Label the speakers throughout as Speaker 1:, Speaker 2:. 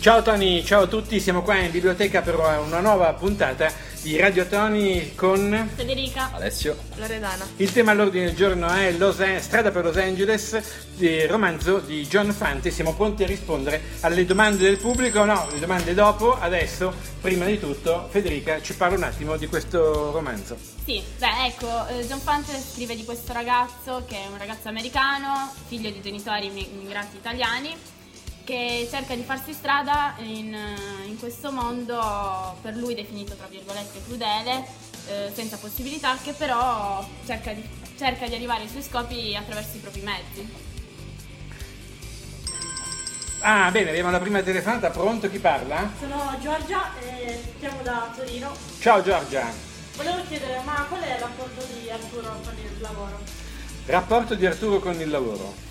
Speaker 1: Ciao Tony, ciao a tutti, siamo qua in biblioteca per una nuova puntata di Radio Tony con...
Speaker 2: Federica
Speaker 3: Alessio.
Speaker 4: Loredana.
Speaker 1: Il tema all'ordine del giorno è Los An- Strada per Los Angeles, il romanzo di John Fante. Siamo pronti a rispondere alle domande del pubblico, no, le domande dopo. Adesso, prima di tutto, Federica ci parla un attimo di questo romanzo.
Speaker 2: Sì, beh, ecco, eh, John Fante scrive di questo ragazzo che è un ragazzo americano, figlio di genitori immi- immigrati italiani, che cerca di farsi strada in, eh, in questo mondo per lui definito tra virgolette crudele, eh, senza possibilità, che però cerca di, cerca di arrivare ai suoi scopi attraverso i propri mezzi.
Speaker 1: Ah, bene, abbiamo la prima telefonata, pronto chi parla?
Speaker 5: Sono Giorgia e siamo da Torino.
Speaker 1: Ciao Giorgia.
Speaker 5: Volevo chiedere, ma qual è il rapporto di Arturo con il lavoro?
Speaker 1: Rapporto di Arturo con il lavoro.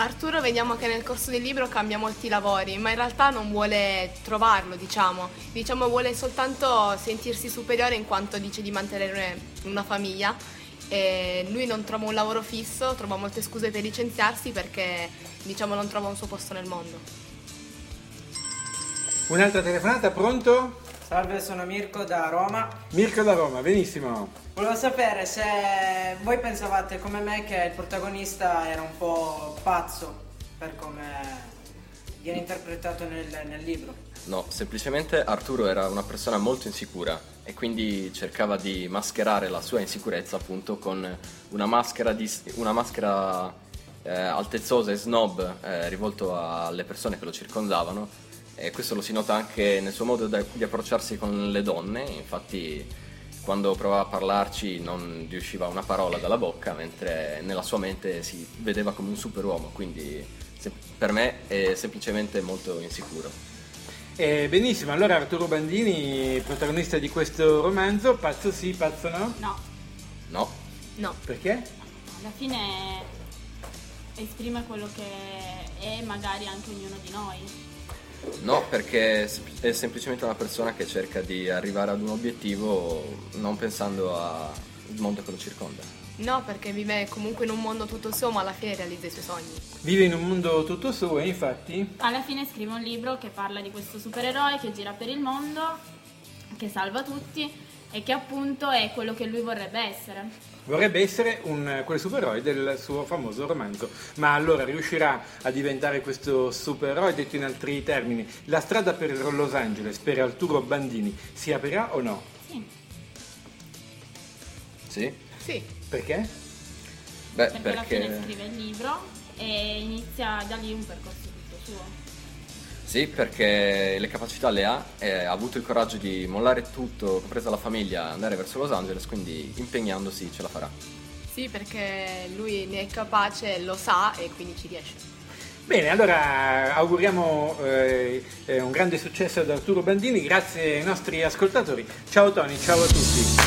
Speaker 4: Arturo vediamo che nel corso del libro cambia molti lavori, ma in realtà non vuole trovarlo, diciamo. Diciamo vuole soltanto sentirsi superiore in quanto dice di mantenere una famiglia. E lui non trova un lavoro fisso, trova molte scuse per licenziarsi perché diciamo non trova un suo posto nel mondo.
Speaker 1: Un'altra telefonata, pronto?
Speaker 6: Salve, sono Mirko da Roma.
Speaker 1: Mirko da Roma, benissimo.
Speaker 6: Volevo sapere se voi pensavate come me che il protagonista era un po' pazzo per come viene interpretato nel, nel libro.
Speaker 3: No, semplicemente Arturo era una persona molto insicura e quindi cercava di mascherare la sua insicurezza appunto con una maschera, di, una maschera eh, altezzosa e snob eh, rivolto a- alle persone che lo circondavano e questo lo si nota anche nel suo modo da- di approcciarsi con le donne, infatti quando provava a parlarci non riusciva una parola dalla bocca mentre nella sua mente si vedeva come un superuomo, quindi se- per me è semplicemente molto insicuro.
Speaker 1: Eh, benissimo, allora Arturo Bandini, protagonista di questo romanzo, pazzo sì, pazzo no?
Speaker 2: No,
Speaker 3: No,
Speaker 4: No.
Speaker 1: Perché?
Speaker 2: alla fine esprime quello che è magari anche ognuno di noi.
Speaker 3: no, perché è semplicemente una persona che cerca di arrivare ad un obiettivo non pensando al mondo che lo circonda.
Speaker 4: No, perché vive comunque in un mondo tutto suo, ma alla fine realizza i suoi sogni.
Speaker 1: Vive in un mondo tutto suo e infatti
Speaker 2: Alla fine scrive un libro che parla di questo supereroe che gira per il mondo, che salva tutti e che appunto è quello che lui vorrebbe essere.
Speaker 1: vorrebbe essere un, quel supereroe del suo famoso romanzo. Ma allora riuscirà a diventare questo supereroe? Detto in altri termini, la strada per Los Angeles, per Arturo Bandini, si aprirà o no?
Speaker 2: Sì,
Speaker 3: Sì?
Speaker 4: Sì.
Speaker 1: Perché?
Speaker 3: Beh,
Speaker 2: perché, alla fine
Speaker 3: perché...
Speaker 2: scrive il libro e inizia da lì un percorso tutto suo.
Speaker 3: Sì, perché le capacità le ha, e ha avuto il coraggio di mollare tutto, compresa la famiglia, andare verso Los Angeles, quindi impegnandosi ce la farà.
Speaker 4: Sì, perché lui ne è capace, lo sa e quindi ci riesce.
Speaker 1: Bene, allora auguriamo eh, eh, un grande successo ad Arturo Bandini, grazie ai nostri ascoltatori. Ciao Tony, ciao a tutti.